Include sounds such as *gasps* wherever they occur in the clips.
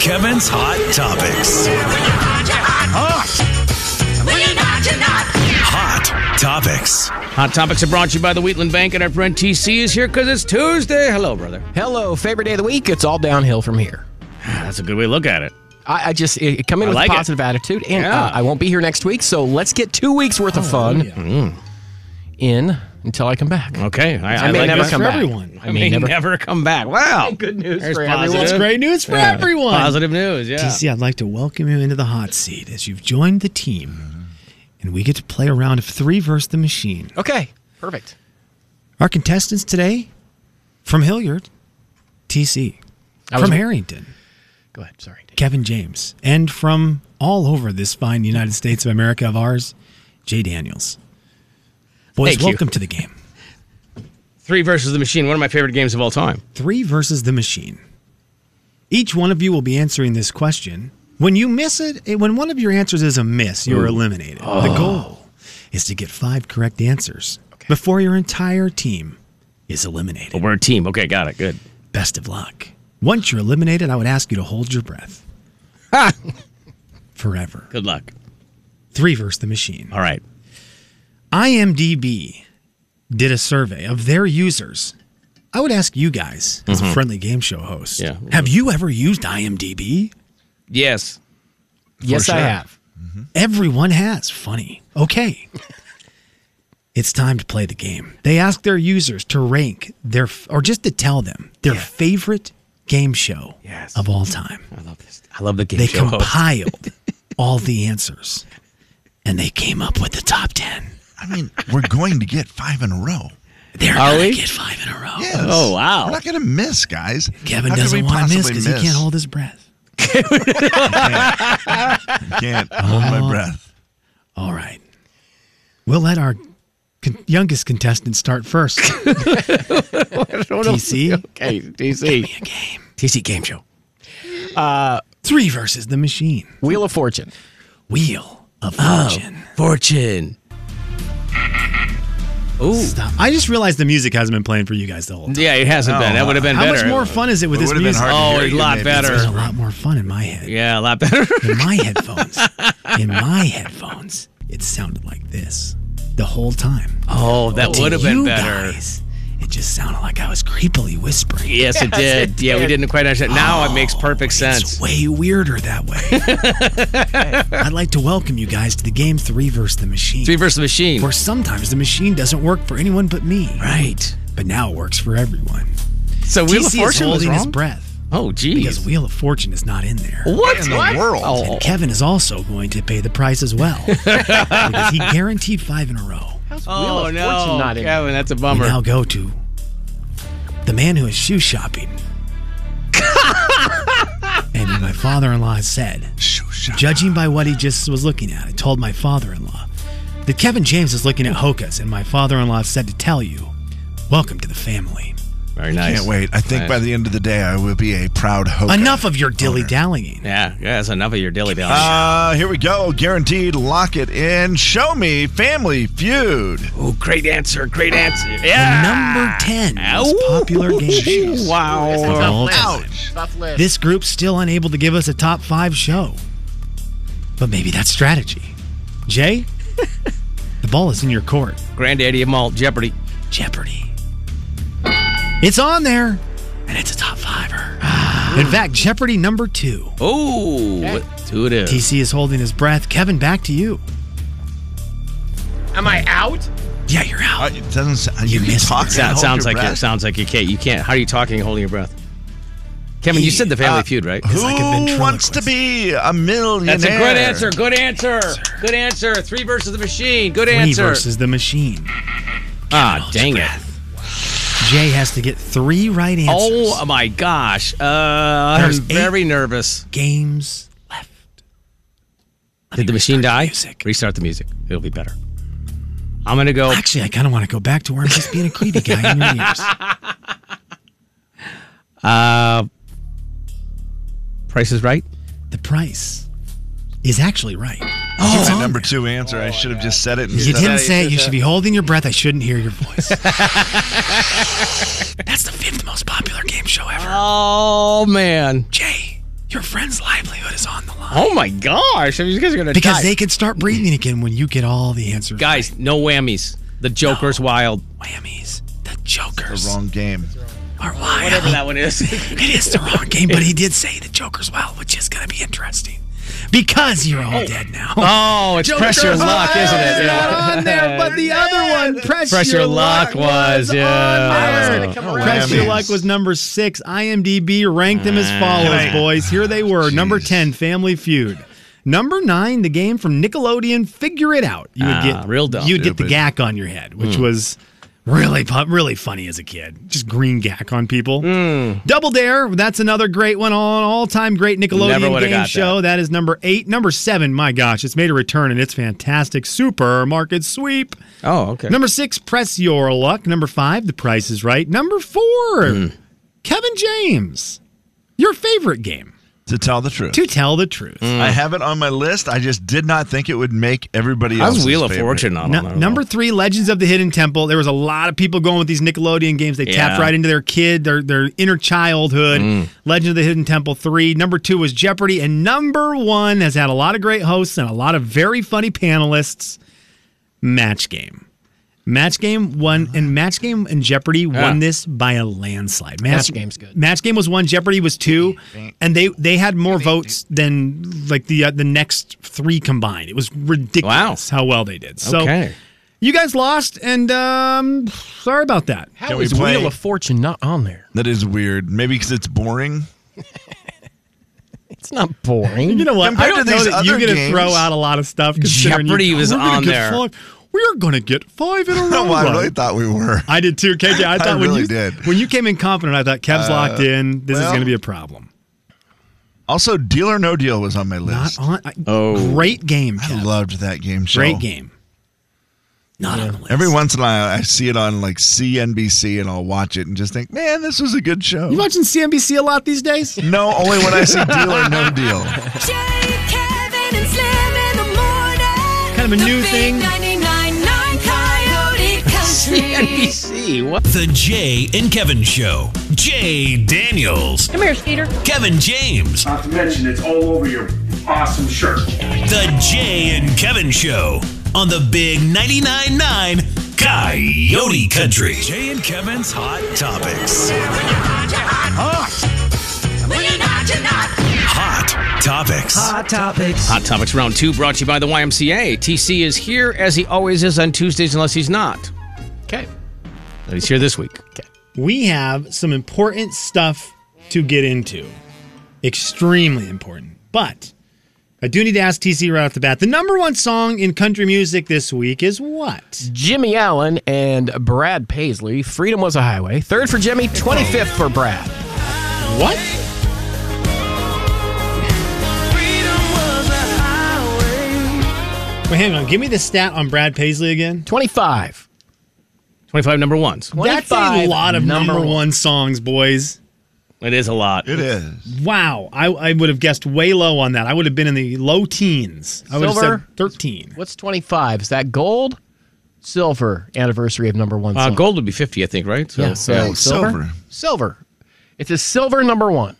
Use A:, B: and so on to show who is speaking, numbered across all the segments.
A: Kevin's Hot Topics. Hot Topics.
B: Hot topics are brought to you by the Wheatland Bank, and our friend TC is here because it's Tuesday. Hello, brother.
C: Hello, favorite day of the week. It's all downhill from here.
B: That's a good way to look at it.
C: I, I just it, come in
B: I
C: with
B: like it.
C: a positive attitude, and
B: Yeah.
C: uh, I won't be here next week. So let's get two weeks worth of fun Mm. in until I come back.
B: Okay, I,
C: I, may
B: like
C: never
B: this.
C: come
D: for
C: back.
D: everyone.
C: I may never.
B: come back. Wow,
C: Good news
B: There's
C: for
B: positive.
C: everyone.
D: That's great news for everyone.
B: positive news. Yeah,
D: DC, I'd like to welcome you into the hot seat as you've joined the team, and we get to play a round of three versus the machine.
C: Okay, perfect.
D: Our contestants today from Hilliard, TC,
C: I
D: from
C: was-
D: Harrington,
C: Go ahead. Sorry.
D: Kevin James, and from all over this fine United States of America of ours, Jay Daniels. Boys,
C: Thank you.
D: welcome to the game.
B: three versus the machine. One of my favorite games of all time.
D: Three versus the machine. Each one of you will be answering this question. When you miss it, eh, when one of your answers is a miss, you are eliminated. The goal is to get five correct answers before your entire team is eliminated.
B: But we're a team. Okay, got it. Good.
D: Best of luck. Once you're eliminated, I would ask you to hold your breath forever.
B: Good luck.
D: Three versus the machine.
B: All right.
D: IMDb did a survey of their users. I would ask you guys, as a friendly game show host,
B: Yeah.
D: have you ever used IMDb?
B: Yes.
C: Yes, I
B: sure.
C: have.
D: Mm-hmm. Everyone has. Funny. Okay. *laughs* it's time to play the game. They ask their users to rank their, or just to tell them their favorite game show
B: Yes.
D: of all
E: *laughs*
D: time.
B: I love this. I love the game
D: They
B: show. host.
D: compiled all the answers and they came up with the top 10.
E: I mean, we're going to get five in a row.
D: They're
B: Are
D: going
B: we?
D: to get five in a row.
E: Yes.
B: Oh, wow.
E: We're not going to miss, guys.
D: Kevin
E: How could
D: doesn't
E: we
D: want to miss
E: possibly
D: because he can't hold his breath.
E: I can't hold
D: Oh.
E: my breath.
D: All right. We'll let our con- youngest contestant start
E: *laughs*
D: first. TC.
B: Okay, DC.
D: A game. Uh,
C: TC Game Show.
D: Three versus the machine.
C: Wheel of Fortune.
D: Wheel of Fortune.
B: Fortune. Ooh.
D: Stop. I just realized the music hasn't been playing for you guys the whole time.
B: Yeah, it hasn't been. That would have been
D: How
B: better.
D: much more fun is it with
E: It
D: this
E: would've been
D: music?
E: hard
B: Oh,
E: to hear
B: a
E: you,
B: lot
E: maybe.
B: better.
D: There's a lot more fun in my
B: *laughs*
D: head.
B: Yeah, a lot better.
D: In my headphones. In my headphones. It sounded like this the whole time.
B: oh, that
D: But to
B: would have been
D: you
B: better.
D: guys, it just sounded like I was creepily whispering.
B: Yes, it did. yeah, we didn't quite understand. Now it makes perfect sense.
D: It's way weirder that way.
B: *laughs*
D: I'd like to welcome you guys to the game Three versus the Machine.
B: Three versus the machine.
D: Where sometimes the machine doesn't work for anyone but me,
B: Right.
D: but now it works for everyone.
B: So Wheel of
D: TC is
B: Fortune was
D: holding his
B: wrong.
D: breath
B: Oh,
D: because
B: geez.
D: Wheel of Fortune is not in there.
B: What
E: in the
B: What?
E: world?
B: Oh.
D: Kevin is also going to pay the price as
B: *laughs*
D: well because he guaranteed five in a row.
C: How's
B: Oh no,
C: not in?
B: Kevin, that's a
D: We
B: bummer.
D: now go to the man who is shoe
B: *laughs*
D: shopping. and my father-in-law said,
E: Shoo, shoo.
D: Judging by what he just was looking at, I told my father in law that Kevin James is looking at Hoka's, and my father in law said to tell you, Welcome to the family.
B: Very nice.
E: Can't wait. I think by the end of the day, I will be a proud host.
D: Enough of your dilly dallying.
B: Yeah, yeah, that's enough of your dilly dally.
E: Uh, here we go. Guaranteed. Lock it in. Show me Family Feud.
B: oh, great answer, great answer. *gasps* Yeah.
D: Number 10 most
B: Ow.
D: popular game shows. of
B: Wow.
D: all time.
E: Ouch.
C: Tough list.
D: This group's still unable to give us a top five show. But maybe that's strategy.
E: *laughs*
D: Jay, the ball is in your court.
B: Granddaddy of malt Jeopardy.
D: Jeopardy. It's on there, and it's a top
E: *gasps*
D: fiver. In fact, Jeopardy number two.
B: Oh, two it is.
D: TC is holding his breath. Kevin, back to you.
C: Am I out?
D: Yeah, you're
E: Uh,
D: out.
E: it doesn't. Sound, you can
D: missed
E: talk.
D: it.
E: and
B: Sound,
E: hold
B: sounds
E: your
B: like it.
E: breath.
B: Sounds like you can't. You can't. How are you talking and holding your breath? Kevin, you said the Family
E: Uh,
B: Feud, right?
E: Who
D: like a
E: wants to
D: ventriloquist.
E: be a millionaire?
B: That's a good answer. Good answer. Good answer. Three versus the machine. Good
D: Three
B: answer.
D: versus the machine.
B: ah, dang it.
D: Jay has to get three right answers.
B: Oh my gosh. Uh, I'm
D: There's eight-
B: very nervous.
D: games left.
B: Did the machine die?
D: music.
B: Restart the music. It'll be better. I'm gonna go.
D: Actually, I kind of want to go back to where I'm just being a creepy guy in your
B: *laughs*
D: ears.
B: Price is right.
D: The price is actually right.
E: That's
D: it's
E: my
D: on
E: number
D: there.
E: two answer. I should have just said it.
D: You
E: instead
D: didn't
E: of-
D: say it. You should be holding your breath. I shouldn't hear your voice. That's the fifth most popular game show ever.
B: Oh man.
D: Jay, Your friend's livelihood is on the line.
B: Oh my gosh! I mean, you guys are gonna
D: Because
B: die.
D: they can start breathing again when you get all the answers.
B: guys, no whammies. The Joker's wild.
D: Whammies. The Joker's
E: The wrong game.
D: are wild.
B: Whatever that one is.
D: Oh, It is the wrong game, but he
F: *laughs*
D: did say the Joker's wild, which is going to be interesting. Because you're all dead now.
B: *laughs* oh, it's press your luck, isn't it?
F: Not on there, but the other one, press,
B: Press your luck was, yeah.
F: on there.
E: Oh,
F: around.
D: Press
E: whammies.
D: Your Luck was number six. IMDb ranked them as
B: Ah.
D: follows, boys. Here they were. Number 10, Family Feud. Number nine, the game from Nickelodeon, Figure It Out. You would get
B: Ah, real dumb. Hmm.
D: You'd get the
E: Stupid.
D: gack on your head, which was really pu- really funny as a kid. Just green gack on people.
B: Hmm.
D: Double Dare, that's another great one. All all time great
B: Never
D: Nickelodeon
B: would've
D: game
B: got
D: show. that is number eight. Number seven, my gosh, it's made a return and it's fantastic. Supermarket sweep.
B: Oh, okay.
D: Number six, press your luck. Number five, the price is right. Number four, Kevin James. Your favorite game,
E: To tell the truth,
D: to tell the truth.
E: I have it on my list. I just did not think it would make everybody
B: I
E: else.
B: was Wheel of Fortune on
D: Nu-
B: them.
D: number three, Legends of the Hidden Temple. There was a lot of people going with these Nickelodeon games. They tapped
B: Yeah.
D: right into their kid, their their inner childhood. Legend of the Hidden Temple three. Number two was Jeopardy, and number one has had a lot of great hosts and a lot of very funny panelists. Match Game. Match Game won, and Match Game and Jeopardy won this by a landslide. Match,
F: Game's good.
D: Match Game was one, Jeopardy was two, and they they had more votes than like the uh, the next three combined. It was ridiculous how well they did. So
B: Okay.
D: you guys lost, and um, sorry about that.
C: How
E: Can we
C: is
E: play-
C: Wheel of Fortune not on there?
E: That is weird. Maybe because it's boring.
C: It's not boring. *laughs*
D: You know what?
E: Compared
D: I don't
E: to
D: know
E: these
D: that you're
E: other
D: going to
E: games-
D: throw out a lot of stuff. considering you-
B: Jeopardy was
D: We're gonna
B: on
D: get
B: there.
D: Five. We're going to get five
E: *laughs*
D: in a row.
E: No, I
D: right?
E: really thought we were.
D: I did too, KJ.
E: *laughs*
D: I thought when
E: really
D: you
E: did. Uh,
D: when you came in confident, I thought Kev's locked in. This is
E: well,
D: going to be a problem.
E: Also, Deal or No Deal was on my list.
D: Not on. I,
B: Oh.
D: great game,
E: I
D: Kev.
E: loved that game show.
D: great game. Not on the list.
E: Every once in a while, I see it on like CNBC, and I'll watch it and just think, "Man, this was a good show."
D: you watching CNBC a lot these days?
E: No, only when I see Deal or No Deal.
G: Jay, Kevin, and Slim in the morning.
D: Kind of a
G: The
D: new
G: big
D: thing.
G: 99.9 Coyote
C: *laughs*
G: Country.
B: NBC. What?
A: The Jay and Kevin Show. Jay Daniels. Come here, Skeeter. Kevin James.
H: Not to mention, it's all over your awesome shirt.
A: The Jay and Kevin Show on the Big 99.9 9 Coyote Country. Jay and Kevin's Hot Topics. Hot Topics.
B: Hot Topics Round 2 brought to you by the YMCA. TC is here as he always is on Tuesdays, unless he's not.
C: okay.
B: But he's here this week.
D: We have some important stuff to get into. Extremely important. But I do need to ask TC right off the bat. The number one song in country music this week is what?
C: Jimmy Allen and Brad Paisley. Freedom was a highway. Third for Jimmy, 25th for Brad.
D: What? Wait, hang on. Give me the stat on Brad Paisley again.
C: 25.
B: 25 number ones.
D: That's a
C: 25,
D: lot of number,
C: number
D: one.
C: one.
D: songs, boys.
B: It is a lot.
E: It is.
D: Wow. I, I would have guessed way low on that. I would have been in the low teens. I would have
C: Silver.
D: said 13.
C: What's 25? Is that gold? Silver anniversary of number one.
B: Uh,
C: song.
B: gold would be 50, I think, right? So,
C: Yeah, so
E: Yeah,
C: silver?
E: silver.
C: silver. It's a silver number one.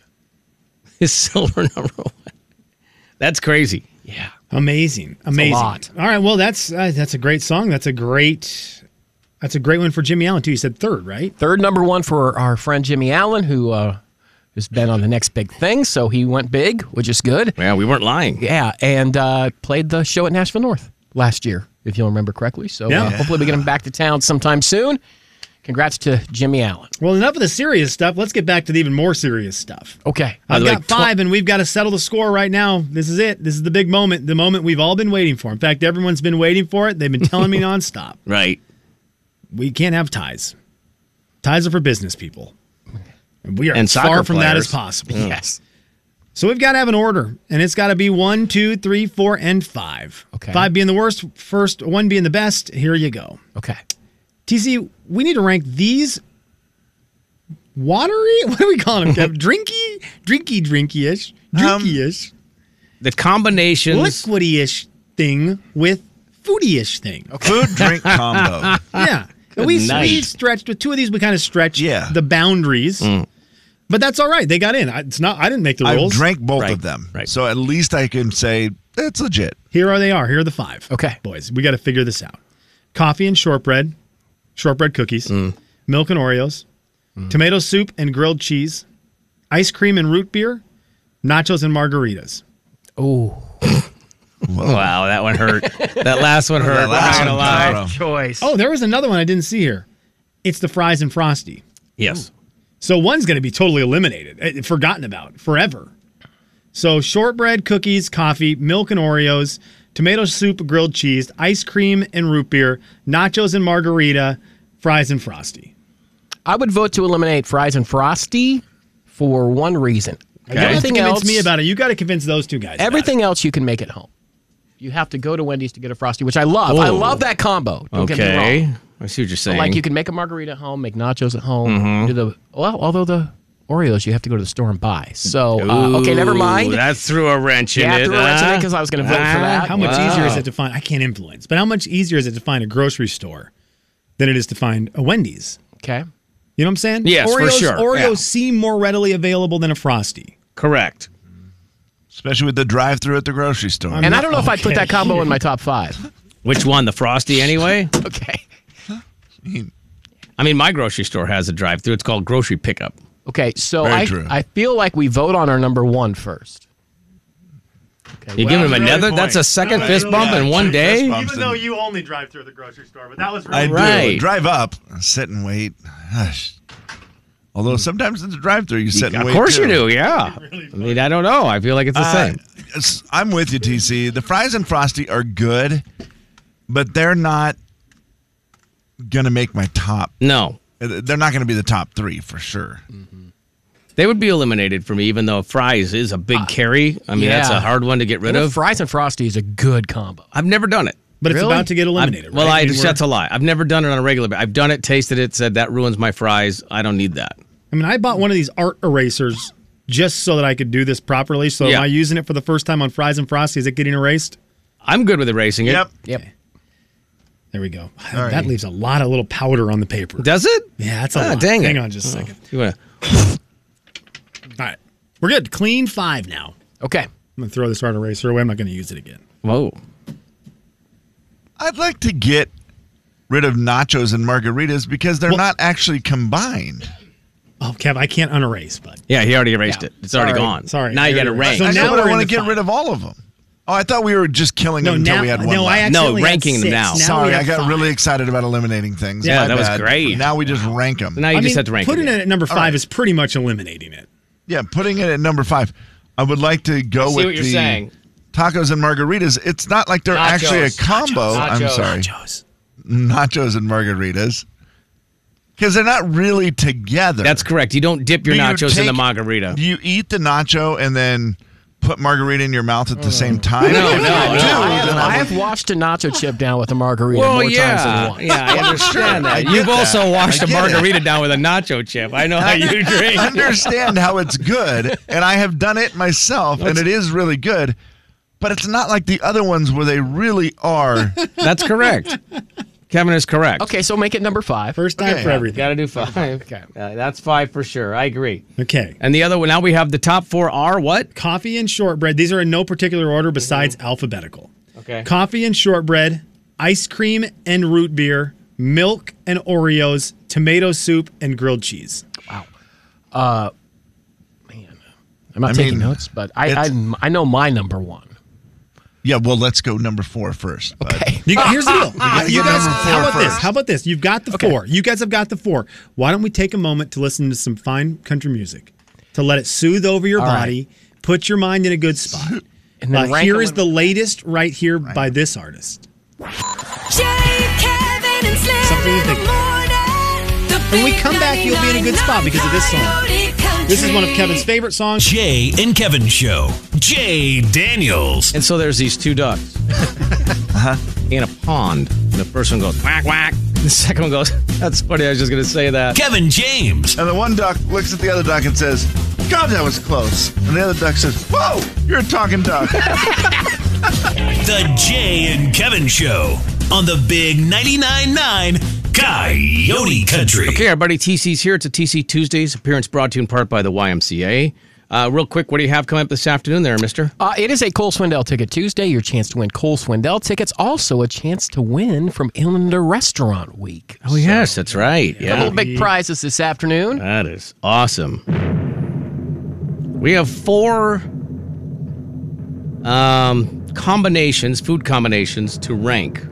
B: *laughs* His silver *laughs* number one. That's crazy.
C: Yeah.
D: Amazing, amazing.
C: lot.
D: All right, well that's uh, that's a great song. That's a great that's a great one for Jimmy Allen too. You said third, right?
C: Third number one for our friend Jimmy Allen, who uh, has been on the next big thing. So he went big, which is good.
B: Yeah, we weren't lying.
C: Yeah. And uh, played the show at Nashville North last year, if you'll remember correctly. So
D: Yeah.
C: uh, hopefully we get him back to town sometime soon. Congrats to Jimmy Allen.
D: Well, enough of the serious stuff. Let's get back to the even more serious stuff.
C: Okay.
D: I've
B: the way,
D: got five, and we've got to settle the score right now. This is it. This is the big moment. The moment we've all been waiting for. In fact, everyone's been waiting for it. They've been telling
B: *laughs*
D: me nonstop.
B: Right.
D: We can't have ties. Ties are for business people. And we are
B: And
D: as far
B: soccer
D: from that as
B: players.
D: possible.
C: Yes.
D: So we've got to have an order, and it's got to be one, two, three, four, and five.
C: Okay.
D: Five being the worst, first one being the best. Here you go.
C: Okay.
D: TC, we need to rank these watery. *laughs* What are we calling
E: *laughs*
D: them? Kev? drinky, drinky, drinky-ish,
E: Um,
D: drinky-ish,
B: The combinations.
D: liquidy-ish thing with foodie-ish thing.
E: Food drink combo. *laughs*
D: Yeah. And we, we
B: night.
D: stretched with two of these. We kind of stretched
E: Yeah. Mm.
D: the boundaries. But that's all right. They got in. I, it's not. I didn't make the
E: I
D: rules.
E: drank both
B: Right,
E: of them.
B: right.
E: So at least I can say it's legit.
D: Here are they are. Here are the five.
C: Okay.
D: boys, we got to figure this out. Coffee and shortbread, shortbread cookies, milk and Oreos, tomato soup and grilled cheese, ice cream and root beer, nachos and margaritas.
B: Wow, that one hurt. Oh. *laughs* that last one hurt.
E: That last
B: I'm not gonna
E: one,
B: lie.
E: I don't know.
C: Choice.
D: Oh, there was another one I didn't see here. It's the fries and frosty.
B: Yes.
D: So one's going to be totally eliminated, eh, forgotten about forever. So shortbread, cookies, coffee, milk and Oreos, tomato soup, grilled cheese, ice cream and root beer, nachos and margarita, fries and frosty.
C: I would vote to eliminate fries and frosty for one reason.
D: You don't have to
C: Everything
D: convince
C: else,
D: me about it. You got to convince those two guys. about
C: everything else you can make at home. You have to go to Wendy's to get a frosty, which I love. I
B: Whoa.
C: love that combo. Don't get me
B: Okay.
C: wrong.
B: I see what you're saying.
C: Like you can make a margarita at home, make nachos at home. Do the well, although the Oreos you have to go to the store and buy. So uh, okay, never
B: Ooh,
C: mind.
B: That threw a wrench in
C: Yeah,
B: it. Ah,
C: threw a wrench in it 'cause I was gonna vote for that.
D: it. How much
B: wow.
D: easier is it to find? I can't influence, but how much easier is it to find a grocery store than it is to find a Wendy's?
C: Okay.
D: You know what I'm saying?
B: Yes, for
D: Oreos,
B: sure,
D: Oreos
B: yeah.
D: seem more readily available than a Frosty.
B: Correct.
E: Especially with the drive through at the grocery store.
C: And I don't know if I'd put that combo in my top five.
B: Which one? The Frosty, anyway?
C: Okay.
B: I mean, my grocery store has a drive through. It's called Grocery Pickup.
C: Okay, so
E: Very
C: I,
E: true.
C: I feel like we vote on our number one first.
B: You
E: Well,
B: give him
E: really
B: another?
E: point.
B: That's a second
H: Really
B: fist bump
H: good.
B: in one
E: Two
B: day?
E: fist bumps and-
H: you only drive through the grocery store, but that was
E: I do.
B: Right.
E: Drive up, sit and wait. Gosh. Although sometimes in the drive through you sit and
B: Of
E: wait.
B: course
E: too.
B: you do, yeah. I mean, I don't know. I feel like it's the
E: Uh,
B: same.
E: it's- I'm with you, TC. The fries and frosty are good, but they're not gonna make my top. uh,
B: No.
E: They're not gonna be the top three for sure.
D: Mm.
B: They would be eliminated for me, even though fries is a big
D: Uh,
B: carry. I mean, that's
C: yeah.
B: a hard one to get rid
C: And the
B: of.
C: fries and frosty is a good combo.
B: I've never done it.
D: But it's
C: Really?
D: about to get
B: I've-
D: eliminated.
B: Well,
D: right?
B: I
D: mean, we're-
B: that's a lie. I've never done it on a regular. But I've done it, tasted it, said that ruins my fries. I don't need that.
D: I mean, I bought one of these art erasers just so that I could do this properly. So
B: Yeah.
D: am I using it for the first time on fries and Frosty? Is it getting erased?
B: I'm good with erasing it.
E: Yep.
C: Yep.
D: There we go.
E: right.
D: That leaves a lot of little powder on the paper.
B: Does it?
D: yeah, that's a
B: Ah,
D: lot.
B: dang it. Mm.
D: Hang on just a second.
B: You wanna-
D: All right. We're good. Clean five now.
C: Okay.
D: I'm gonna throw this art eraser away. I'm not gonna use it again.
B: Whoa.
E: I'd like to get rid of nachos and margaritas because they're
D: Well-
E: not actually combined.
D: Oh, Kev, I can't unerase, bud.
B: Yeah, he already erased it. It's already
D: Sorry.
B: gone.
D: Sorry.
B: Now you got
D: There
B: to
D: it is.
B: rank.
D: So
E: I know,
D: now
E: but
D: we're
E: I
D: in
E: want to
D: the
E: get
D: five.
E: rid of all of them. Oh, I thought we were just killing
D: No,
E: them until
D: now,
E: we had one.
D: no, I
E: left.
D: accidentally
B: No,
D: had
B: ranking them
D: six.
B: now.
D: we
E: Sorry,
D: have
E: I got
D: five.
E: really excited about eliminating things.
B: Yeah,
E: My
B: that was
E: bad.
B: great.
E: Now we just rank them.
B: now you
D: I
B: just
D: mean,
B: have to rank.
D: putting
B: it.
D: it at number five
E: right.
D: is pretty much eliminating it.
E: Yeah, putting it at number five. I would like to go
B: See
E: with
B: what you're
E: the
B: saying.
E: tacos and margaritas. It's not like they're
B: Nachos.
E: actually a combo.
B: Nachos.
E: I'm
B: Nachos.
E: sorry,
D: Joe's.
E: nachos and margaritas, because they're not really together.
B: That's correct. You don't dip your
E: Do you
B: nachos in the
E: take-
B: margarita.
E: Do you eat the nacho and then put margarita in your mouth at the same time?
B: Mm. No,
E: If
B: no,
E: you
B: no.
E: do,
C: Yeah, I,
E: then
C: have,
E: I
C: I
E: would-
C: have washed a nacho chip down with a margarita more times than once.
B: yeah, I understand
E: I
B: that.
E: get
B: You've
E: that.
B: also washed
E: I
B: a
E: get it.
B: margarita down with a nacho chip. I know how you drink.
D: *laughs*
E: understand how it's good, and I have done it myself, and it is really good. But it's not like the other ones where they really
D: *laughs*
E: are.
B: That's correct. Kevin is correct.
C: Okay, so make it number five.
D: First time
E: Okay.
D: for everything.
B: got to do five. Okay, uh, that's five for sure. I agree.
D: Okay.
B: And the other one. Now we have the top four are what?
D: Coffee and shortbread. These are in no particular order besides alphabetical.
B: Okay.
D: Coffee and shortbread, ice cream and root beer, milk and Oreos, tomato soup and grilled cheese.
C: I'm not
E: I
C: taking
E: mean,
C: notes, but I,
E: it's-
C: I I know my number one.
E: Yeah, well, let's go number four first. bud.
D: You, here's the deal.
E: gotta
D: You
E: get
D: guys,
E: number
D: how
E: four
D: about this?
E: first.
D: How about this? You've got the four. You guys have got the four. Why don't we take a moment to listen to some fine country music to let it soothe over your
C: All right.
D: body, put your mind in a good spot.
C: And then
D: Uh,
C: rank
D: here
C: them
D: is
C: in-
D: the latest right here by this artist.
G: Jay, Kevin, and Slim
D: Something to
G: in the
D: think
G: morning. The
D: When we
G: big
D: come back, you'll be in a good spot because of this song.
G: 99.9 Coyote
D: This is one of
G: Country.
D: Kevin's favorite songs.
A: Jay and Kevin Show. Jay Daniels.
B: And so there's these two ducks in a pond. And the first one goes whack whack. The second one goes. *laughs* That's funny. I was just gonna say that.
A: Kevin James.
E: And the one duck looks at the other duck and says, God, that was close. And the other duck says, Whoa, you're a talking duck.
D: *laughs*
A: The Jay and Kevin Show on the Big 99.9 9 Coyote Country.
B: Okay, our buddy TC's here. It's a TC Tuesdays appearance brought to you in part by the YMCA. Uh, real quick, what do you have coming up this afternoon there, mister?
C: Uh, it is a Cole Swindell Ticket Tuesday. Your chance to win Cole Swindell tickets. Also, a chance to win from Inlander Restaurant Week.
B: Oh, yes, that's right.
C: A
B: Yeah.
C: couple big prizes this afternoon.
B: That is awesome. We have four um, combinations, food combinations to rank.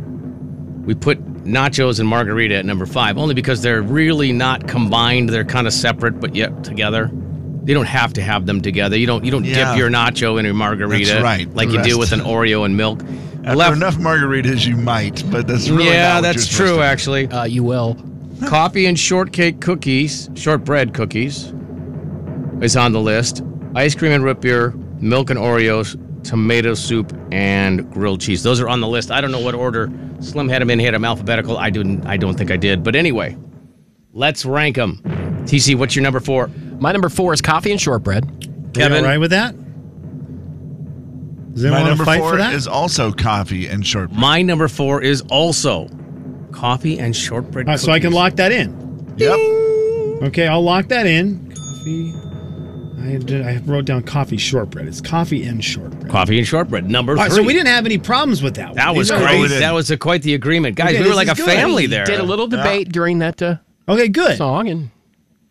B: We put nachos and margarita at number five, only because they're really not combined. They're kind of separate, but yet together. You don't have to have them together. You don't. You don't
E: Yeah.
B: dip your nacho in a margarita,
E: That's right.
B: Like you do
E: Rest.
B: with an Oreo and milk.
E: After
B: Left-
E: enough margaritas, you might, but that's really not
B: yeah,
E: what
B: that's
E: you're supposed
B: true.
E: to-
B: Actually,
C: Uh, you will.
B: Coffee and shortcake cookies, shortbread cookies, is on the list. Ice cream and root beer, milk and Oreos, tomato soup, and grilled cheese. Those are on the list. I don't know what order Slim had them in. He had them alphabetical. I didn't. I don't think I did. But anyway, let's rank them. TC, what's your number four?
C: My number four is coffee and shortbread.
D: Kevin,
B: Kevin?
D: all right with that? Does
E: My
D: anyone want to
E: number
D: fight
E: four
D: for that?
E: is also coffee and short.
B: My number four is also coffee and shortbread.
D: all right, so I can
B: cookies.
D: lock that in.
E: Yep.
D: Okay, I'll lock that in. Coffee. I, did, I wrote down coffee shortbread. It's coffee and shortbread.
B: coffee and shortbread. Number
D: All right,
B: three.
D: so we didn't have any problems with that. one.
B: That was
D: These are
B: great.
D: these-
B: That was a, quite the agreement, guys.
D: Okay,
B: we were
D: this
B: like a
D: is good.
B: family
D: We
B: there.
C: Did a little debate during that uh,
D: Okay, good.
C: song and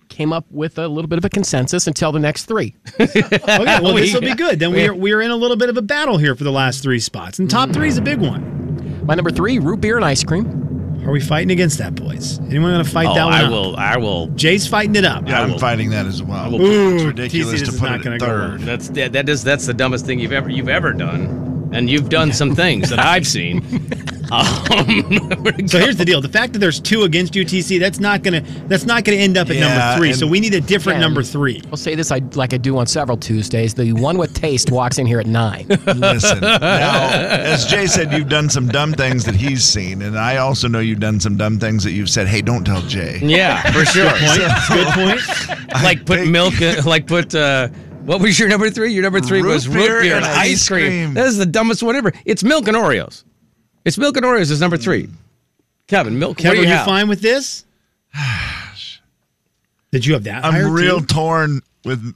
C: came up with a little bit of a consensus until the next three.
D: Okay, well,
B: We-
D: this will
B: *laughs*
D: be good. Then we're we're in a little bit of a battle here for the last three spots, and top three is a big one.
C: My number three, root beer and ice cream.
D: Are we fighting against that, boys? Anyone gonna fight
B: Oh,
D: that one?
B: I
D: up?
B: will. I will.
D: Jay's fighting it up.
E: Yeah,
B: I
E: I'm
B: will-
E: fighting that as well.
B: will- Ooh,
E: it's
D: TC,
E: ridiculous
D: this
E: to
D: is
E: put
D: not
E: it
D: gonna
E: at
D: go well.
E: third.
B: That's that, that is that's the dumbest thing you've ever you've ever done, and you've done some things that I've seen.
D: *laughs* So here's the deal: the fact that there's two against UTC, that's not gonna that's not gonna end up at
E: Yeah,
D: number three. So
E: and-
D: we need a different
C: Yeah.
D: number
B: *laughs*
D: three.
C: I'll say this I, like I do on several Tuesdays. The one with taste walks in here at nine.
E: Listen, now, as Jay said, you've done some dumb things that he's seen, and I also know you've done some dumb things that you've said. Hey, don't tell Jay.
B: yeah, for sure.
D: Good point.
B: like put
E: think-
B: milk. in- Like put. Uh, what was your number three? Your number three
E: Root
B: was
E: beer
B: root beer
E: and ice cream.
B: That is the dumbest one ever. It's milk and Oreos. It's milk and Oreos is number three. Kevin, milk.
D: Kevin, are
B: what do
D: Mm. you
B: you have?
D: fine with
B: *sighs*
D: this? Did you have that? higher,
E: I'm real
D: too?
E: torn with.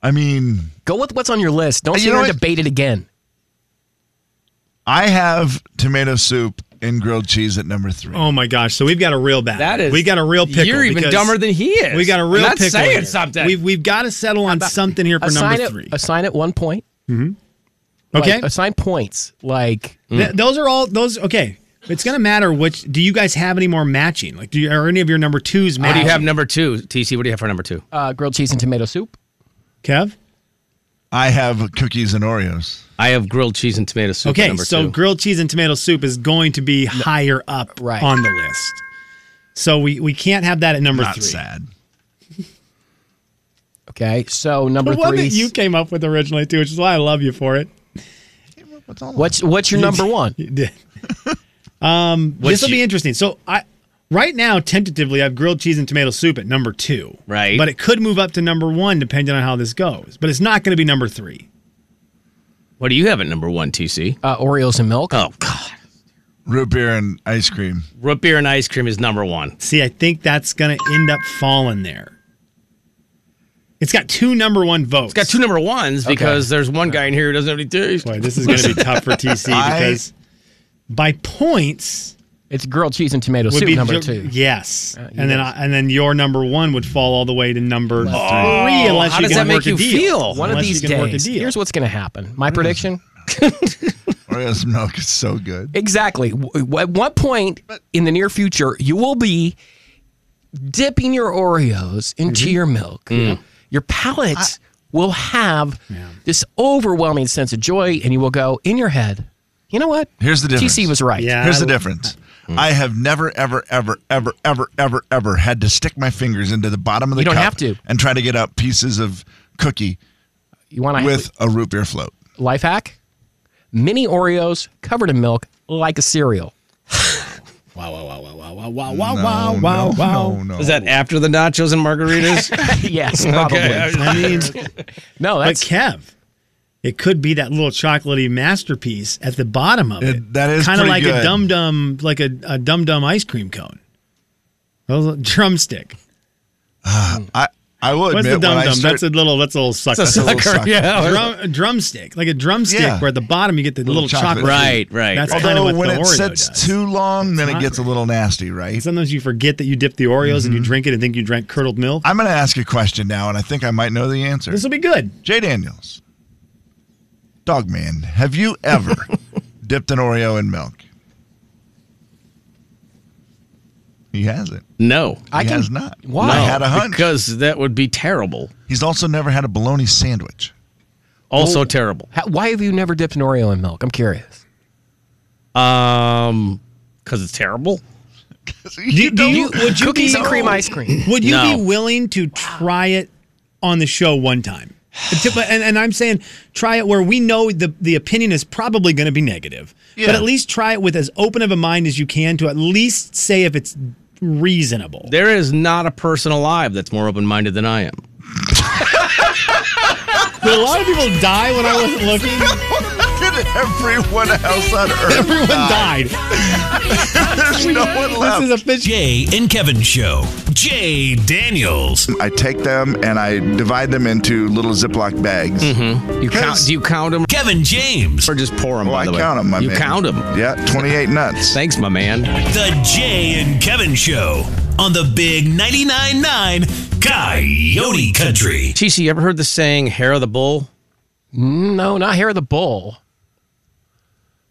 E: I mean,
C: Go with what's on your list. Don't
E: You
C: sit
E: know
C: there and
E: what?
C: debate it again.
E: I have tomato soup and grilled cheese at number three.
D: Oh my gosh! So we've got a real battle.
B: That is.
D: we got a real pickle.
B: You're even
D: because
B: dumber than he is.
D: we got a real
B: I'm not
D: pickle.
B: saying
D: here.
B: something.
D: We've we've got to settle on something here for
C: assign
D: number
C: it,
D: three.
C: Assign it one point.
D: Okay.
C: Like, assign points. Like
D: Th- those are all those. Okay, it's gonna matter which. Do you guys have any more matching? Like, do you are any of your number twos
B: what do
D: matching?
B: you have number two? TC, what do you have for number two?
C: uh, grilled cheese and tomato soup.
D: Kev?
E: I have cookies and Oreos.
B: I have grilled cheese and tomato soup. at
D: Okay,
B: number
D: so
B: two.
D: grilled cheese and tomato soup is going to be higher up
C: Right.
D: on the list. So we we can't have that at number
E: Not
D: three.
E: sad.
C: Okay. So number
D: The one
C: three.
D: that you came up with originally too, which is why I love you for it.
C: what's what's your number one?
D: You did. um, this will be interesting. So I right now tentatively I have grilled cheese and tomato soup at number two.
B: Right.
D: But it could move up to number one depending on how this goes. But it's not going to be number three.
B: What do you have at number one, TC?
C: Uh, Oreos and milk.
B: Oh God,
E: Root beer and ice cream.
B: root beer and ice cream is number one.
D: See, I think that's going to end up falling there. It's got two number one votes.
B: It's got two number ones because there's one guy in here who doesn't have any taste.
D: Boy, this is going to be tough for TC
B: *laughs*
E: I-
D: because by points
C: It's grilled cheese and tomato
D: would
C: soup
D: be ju-
C: number two. Uh,
D: Yes,
C: you
D: and then I, and then your number one would fall all the way to number three. unless
B: how
D: you
B: does
D: can
B: that
D: work
B: make
D: a
B: you
D: deal.
B: feel?
C: One of
D: Unless you
C: these
D: can work a
C: days.
D: deal. Mm.
C: Here's what's going to happen. My prediction.
E: Oreos and milk is so good.
C: Exactly. W- At what point in the near future you will be dipping your Oreos into
E: Mm-hmm.
C: your milk?
E: Mm.
C: Your palate will have this overwhelming sense of joy, and you will go in your head. You know what?
E: Here's the difference.
C: TC was right.
D: Yeah.
E: Here's
D: I
E: the
D: lo-
E: difference. I have never, ever, ever, ever, ever, ever, ever had to stick my fingers into the bottom of the
C: You don't
E: cup
C: have to.
E: and try to get out pieces of cookie
C: You want to
E: with a root beer float.
C: life hack? Mini Oreos covered in milk, like a cereal. *laughs*
D: Wow! Wow! Wow! Wow! Wow! Wow! Wow!
E: No,
D: Wow!
E: no,
D: Wow! wow.
E: No, no.
B: Is that after the
E: *laughs*
B: nachos and margaritas?
C: yes,
B: *laughs*
C: probably.
B: okay.
D: I mean,
C: No,
D: but
C: that's
D: Kev, It could be that little chocolatey masterpiece at the bottom of it.
E: It- that is
D: kind of
E: pretty
D: like a
E: good.
D: dum dum, like a, a dum dum ice cream cone. Those- drumstick.
E: I I will
D: What's the
E: admit when
D: dum
E: I
D: dum?
E: start,
D: That's a little. That's a little sucker.
E: That's a
C: *laughs*
E: little sucker.
D: *laughs*
B: Yeah.
D: Drum, a drumstick, like a drumstick,
E: Yeah.
D: where at the bottom you get the
E: Little
D: little, chocolate.
E: chocolate.
B: Right, right.
D: That's
B: right.
D: kinda what
E: although when
D: the
E: it
D: Oreo
E: sits
D: does.
E: too long, then it
D: not
E: gets a little nasty, right?
D: Sometimes you forget that you dip the Oreos
E: Mm-hmm.
D: and you drink it and think you drank curdled milk.
E: I'm going to ask a question now, and I think I might know the answer.
D: This will be good.
E: Jay Daniels, Dogman, have you
B: *laughs*
E: ever dipped an Oreo in milk? He hasn't.
B: No.
E: He has not.
C: Why?
E: I
B: No,
E: had a hunch.
B: Because that would be terrible.
E: He's also never had a bologna
B: *laughs*
E: sandwich.
B: Also terrible.
C: How, why have you never dipped an Oreo in milk? I'm curious.
B: Um, because it's terrible.
E: You don't-
D: would
C: Cookies and cream ice cream.
D: Would you
B: No.
D: be willing to try it on the show one time? *sighs* To- but- and, and I'm saying try it where we know the, the opinion is probably going to be negative,
E: Yeah.
D: but at least try it with as open of a mind as you can to at least say if it's reasonable.
B: There is not a person alive that's more open minded than I am.
D: Did a lot of people die when I *laughs* wasn't looking?
E: Did everyone
B: *laughs*
E: else on earth?
D: Everyone died. *laughs*
E: There's no one
D: This is
E: left.
D: a fish.
A: Jay and Kevin Show. Jay Daniels.
E: I take them and I divide them into little Ziploc bags.
B: You count?
E: Yes.
B: Do you count them
A: Kevin James.
B: or just pour them?
E: Oh,
B: by
E: I
B: the way,
E: count them, my
B: you
E: man.
B: count them.
E: Yeah, 28 nuts.
B: Thanks, my man.
A: The Jay and Kevin Show on the Big 99.9 9 Coyote Country.
B: TC, you ever heard the saying "hair of the bull,
C: No, not hair of the bull.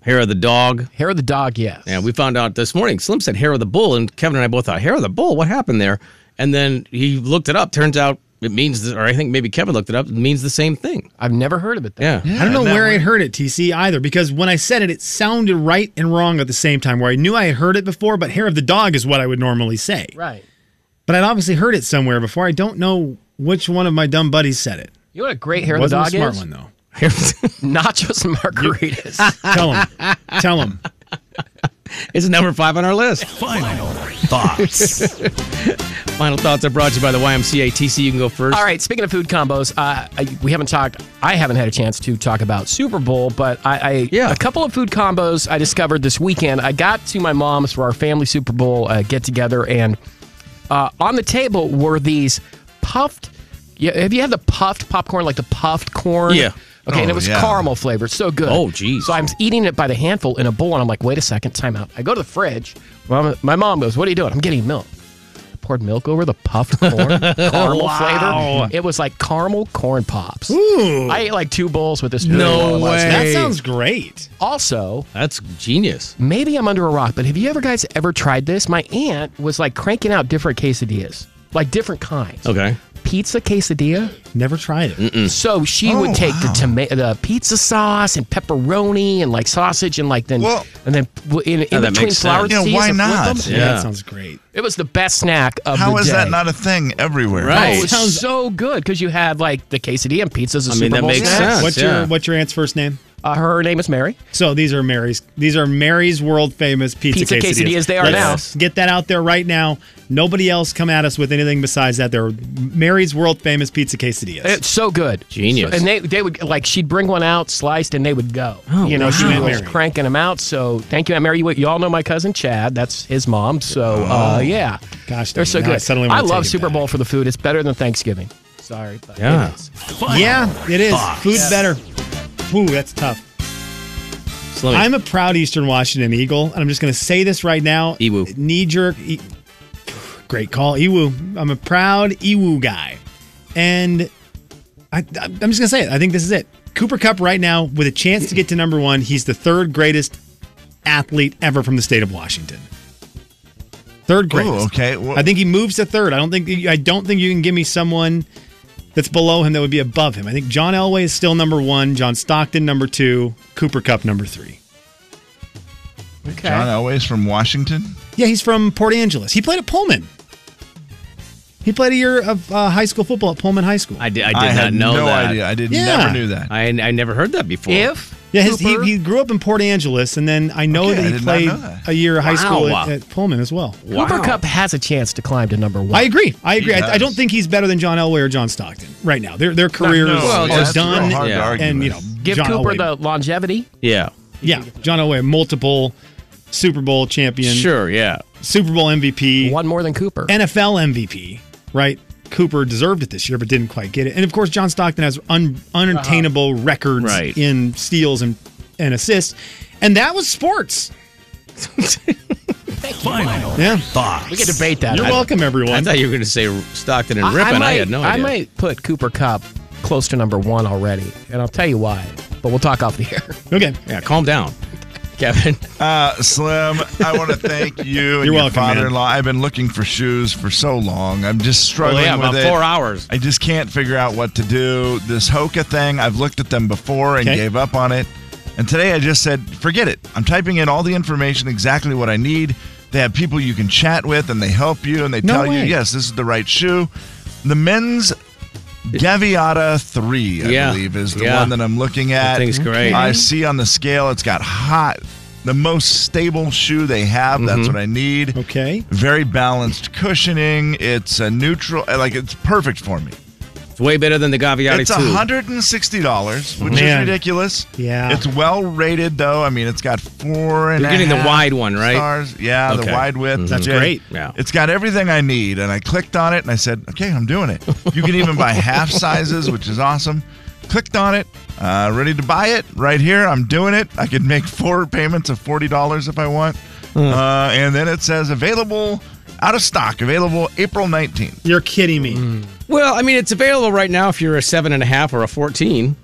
B: hair of the dog"?
C: Hair of the dog, yes.
B: Yeah, we found out this morning. Slim said "hair of the bull," and Kevin and I both thought "hair of the bull." What happened there? And then he looked it up. Turns out it means, the- or I think maybe Kevin looked it up. It means the same thing.
C: I've never heard of it. Though.
B: Yeah.
D: I don't know where I heard it, TC, either, because when I said it, it sounded right and wrong at the same time, where I knew I had heard it before, but hair of the dog is what I would normally say.
C: Right.
D: but I'd obviously heard it somewhere before. I don't know which one of my dumb buddies said it.
C: You know what a great hair of the
D: Wasn't
C: dog
D: a smart
C: is?
D: one though.
C: Nachos and margaritas.
D: Tell
C: *laughs*
D: him, tell him.
B: *laughs* it's number five on our list.
A: Final thoughts.
B: Final thoughts are brought to you by the YMCA. TC, you can go first.
C: All right. Speaking of food combos, uh, I, we haven't talked. I haven't had a chance to talk about Super Bowl, but I, I
B: Yeah.
C: a couple of food combos I discovered this weekend. I got to my mom's for our family Super Bowl uh, get together, and uh, on the table were these puffed. Yeah, have you had the puffed popcorn, like the puffed corn?
B: Yeah.
C: Okay, and
E: Oh,
C: it was
E: yeah.
C: caramel flavored, so good.
B: Oh, geez.
C: So I'm eating it by the handful in a bowl, and I'm like, wait a second, time out. I go to the fridge. Mom, my mom goes, what are you doing? I'm getting milk poured milk over the puffed corn, caramel flavor. It was like caramel corn pops.
D: Ooh,
C: I ate like two bowls with this.
B: No
C: last
B: way.
C: night.
D: that sounds great.
C: Also,
B: That's genius.
C: maybe I'm under a rock, but have you ever guys ever tried this? My aunt was like cranking out different quesadillas, like different kinds.
B: Okay.
C: Pizza quesadilla.
D: Never tried it.
C: So she would take the tomato, the pizza sauce, and pepperoni, and like sausage, and like then,
E: Well-
C: and then w- in, in
B: Yeah, that
C: between
B: makes
C: flour
B: sense.
E: Yeah,
C: seeds
E: why
C: and flip them.
E: not?
D: Yeah,
B: Yeah.
D: that sounds great.
C: It was the best snack of
E: How
C: the
E: is
C: day.
E: that not a thing everywhere?
B: Right.
C: Oh, it was
D: Sounds-
C: so good because you had like the quesadilla and pizzas. as a
B: I mean,
C: Super
B: that
C: Bowl
B: makes
C: snack.
B: sense.
D: What's
B: yeah.
D: your What's your aunt's first name?
C: Uh, her name is Mary.
D: So these are Mary's. These are Mary's world famous pizza,
C: Pizza quesadillas, they are
D: Let's Get that out there right now. Nobody else come at us with anything besides that. They're Mary's world famous pizza quesadillas.
C: It's so good,
B: Genius.
C: So- and they they would like she'd bring one out sliced, and they would go.
B: Oh.
C: you know, she
D: wow.
C: was
D: Mary.
C: cranking them out. So thank you, Aunt Mary. You, you all know my cousin Chad. That's his mom. So
B: Oh.
C: uh, yeah,
D: Gosh,
C: they're
D: dang,
C: so
D: now
C: good.
D: I suddenly
C: I
D: wanna
C: love
D: take it
C: Super
D: back.
C: Bowl for the food. It's better than Thanksgiving. Sorry, but
B: Yeah.
C: it is.
D: yeah, it is.
A: Fox.
D: Food better. Ooh, that's tough.
B: Slim,
D: I'm a proud Eastern Washington Eagle, and I'm just going to say this right now.
B: Ewu.
D: Knee jerk. E- great call, Ewu. I'm a proud Ewu guy. And I, I'm just going to say it. I think this is it. Cooper Cup right now, with a chance to get to number one, he's the third greatest athlete ever from the state of Washington. Third
E: Ooh,
D: greatest.
E: Oh, okay. Well,
D: I think he moves to third. I don't think I don't think you can give me someone that's below him that would be above him. I think John Elway is still number one, John Stockton number two, Cooper Cup number three.
C: Okay.
E: John Elway's from Washington.
D: Yeah, he's from Port Angeles. He played at Pullman. He played a year of uh, high school football at Pullman High School.
B: I did, I did not
E: had
B: know
E: no
B: that.
E: idea. I did
D: Yeah.
E: never knew that.
B: I, I never heard that before.
C: If
D: yeah, his, he,
C: Cooper-
D: he grew up in Port Angeles, and then I know
E: Okay, I
D: that he
E: did not
D: played
E: know that.
D: a year of high school
B: Wow.
D: at, at Pullman as well.
C: Cooper Cup has a chance to climb to number one.
D: I agree. I agree. I, I
E: does.
D: don't think he's better than John Elway or John Stockton right now. Their their careers
E: no.
D: are
E: Well, that's
D: done
E: real hard
B: to
D: and
E: argue
D: you know
E: with.
C: Give
D: John
C: Cooper
D: Elway.
C: the longevity.
B: Yeah.
D: Yeah, John Elway, multiple Super Bowl champion,
B: Sure. Yeah.
D: Super Bowl MVP,
C: One more than Cooper.
D: NFL MVP, right? Cooper deserved it this year, but didn't quite get it. And of course, John Stockton has un- unattainable records
B: Uh-huh. Right.
D: in steals and, and assists. And that was sports.
A: *laughs* Final
D: Yeah.
A: thoughts.
C: we can debate that.
D: You're
C: I-
D: welcome,
B: I
D: everyone.
B: thought you were going to say Stockton and
C: I-
B: Rippon. I,
C: I, might,
B: had no
C: I
B: idea.
C: might put Cooper Cup close to number one already, and I'll tell you why. But we'll talk off the air.
D: okay.
B: Yeah. Calm down, *laughs* Kevin.
E: Uh, Slim,
B: *laughs*
E: I want to thank you and your
D: welcome, man.
E: father-in-law. I've been looking for shoes for so long. I'm just
B: Well,
E: struggling
B: Oh, yeah, about
E: with it.
B: four hours.
E: I just can't figure out what to do. This Hoka thing, I've looked at them before and
D: Okay.
E: gave up on it. And today I just said, forget it. I'm typing in all the information, exactly what I need. They have people you can chat with and they help you and they
D: No
E: tell you,
D: way.
E: yes, this is the right shoe. The men's Gaviota 3, I
B: Yeah.
E: believe, is the
B: Yeah.
E: one that I'm looking at.
B: thing's great.
E: I see on the scale it's got hot, the most stable shoe they have. That's what I need
D: Okay.
E: very balanced cushioning. It's a neutral, like it's perfect for me.
B: It's way better than the Gaviati
E: It's
B: two.
E: hundred and sixty dollars, which
D: Man.
E: is ridiculous.
D: Yeah.
E: it's well rated though. I mean, it's got four and
B: You're
E: a
B: getting the
E: half
B: wide one, right?
E: Stars, yeah,
B: Okay. Mm-hmm.
E: the wide width. That's
D: great.
B: Yeah.
E: it's got everything I need, and I clicked on it and I said, "Okay, I'm doing it." You can even buy
B: *laughs*
E: half sizes, which is awesome. Clicked on it, uh, ready to buy it right here. I'm doing it. I could make four payments of forty dollars if I want,
B: Hmm.
E: uh, and then it says available out of stock, available April 19th.
D: You're kidding me.
B: Mm. Well, I mean, it's available right now if you're a seven and a half or a fourteen.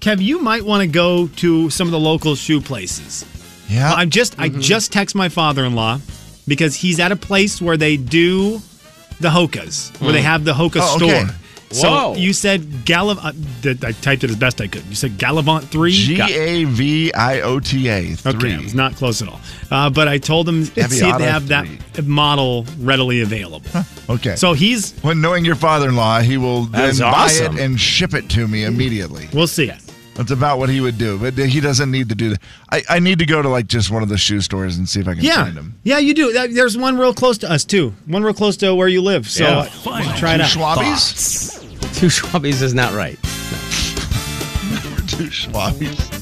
D: Kev, you might want to go to some of the local shoe places.
E: Yeah,
D: I'm just I
E: Mm-hmm.
D: just text my father-in-law because he's at a place where they do the hokas, where they have the hoka
E: Oh,
D: store.
E: okay.
B: Whoa.
D: So you said Galliv uh, th- I typed it as best I could. You said Gallivant 3?
E: G A V I O T A
D: Okay,
E: three.
D: it was not close at all. Uh, but I told him see if
E: Aviata
D: they have that model readily available.
E: Okay.
D: So he's
E: when knowing your father-in-law, he will then
B: That's
E: buy
B: awesome.
E: it and ship it to me immediately.
D: we'll see.
E: That's about what he would do, but he doesn't need to do that. I, I need to go to like just one of the shoe stores and see if I can
D: Yeah,
E: find him.
D: yeah, you do. That- There's one real close to us too. One real close to where you live. So
B: Yeah.
D: uh, try it
E: Two
D: out.
E: Schwabbies?
B: Two Schwabbies is not right.
E: *laughs* Two Schwabbies.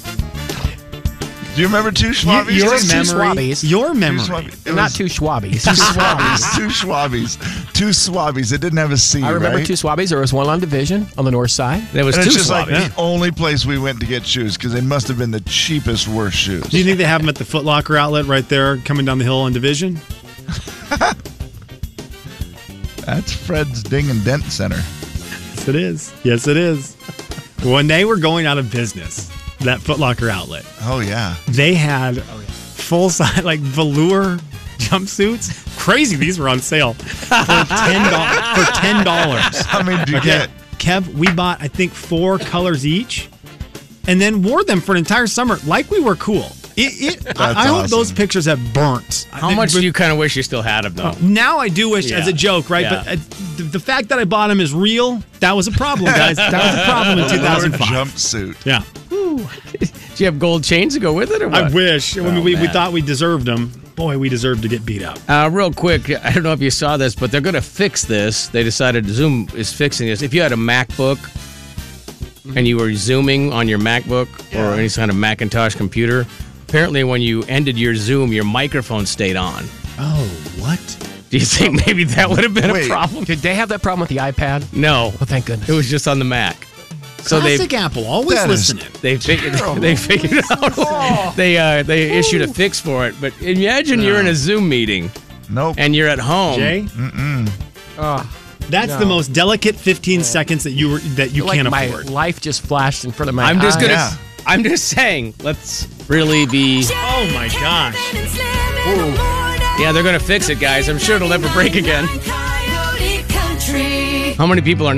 E: Do you remember two
D: You-
E: Schwabbies?
D: your
E: Two
D: memory.
C: Swabbies.
D: Your
E: Schwabbies.
D: memory.
E: It
C: Not
E: was
C: two Schwabies. *laughs*
E: two Schwabbies. *laughs* Two Schwabbies. Two Swabbies. It didn't have a C,
C: I remember
E: right?
C: two Swabbies. There was one on Division on the north side.
B: There was
E: And
B: two
E: it's just like
B: Schwabbies.
E: the only place we went to get shoes because they must have been the cheapest, worst shoes.
D: Do you think they have them at the Foot Locker outlet right there, coming down the hill on Division?
E: That's Fred's Ding and Dent Center.
D: Yes, it is. Yes, it is. when they were going out of business, that Foot Locker outlet,
E: Oh yeah.
D: they had
B: Oh,
D: full size like velour jumpsuits. Crazy, these were on sale for ten dollars. for ten dollars.
E: How many do you
D: Okay,
E: *laughs* get?
D: Kev, we bought I think four colors each, and then wore them for an entire summer, like we were cool. It, it, I, I hope those
E: awesome.
D: pictures have burnt.
B: How much do you kind of wish you still had of them?
D: Now I do wish,
B: Yeah.
D: as a joke, right?
B: Yeah.
D: But uh, the, the fact that I bought him is real. That was a problem,
B: *laughs*
D: guys. That was a problem in 2005.
E: Jumpsuit.
D: Yeah,
B: Do you have gold chains to go with it, or what?
D: I wish. I mean,
B: Oh,
D: we, we
B: man.
D: thought we deserved him. Boy, we deserved to get beat up.
B: Uh, real quick, I don't know if you saw this, but they're going to fix this. They decided Zoom is fixing this. If you had a MacBook and you were Zooming on your MacBook or any kind of Macintosh computer, apparently when you ended your Zoom, your microphone stayed on.
D: Oh, what?
B: Do you think maybe that would have been
E: Wait.
B: a problem?
C: Did they have that problem with the iPad?
B: No,
C: Well, thank goodness.
B: it was just on the Mac. So they
D: Classic Apple, always
E: That is-
D: listening.
B: they figured they figured out they uh, they issued a fix for it. But imagine you're in a Zoom meeting
E: Nope.
B: and you're at home.
D: Jay,
C: Ugh.
D: that's the
C: No.
D: most delicate 15 seconds that you were that you
C: like
D: can't
C: my
D: afford.
C: life just flashed in front of my
B: I'm just
C: eyes.
B: gonna.
E: Yeah.
B: I'm just saying. Let's really be.
G: Oh
D: my gosh.
B: Yeah, they're gonna fix it, guys. I'm sure it'll never break again. How many people are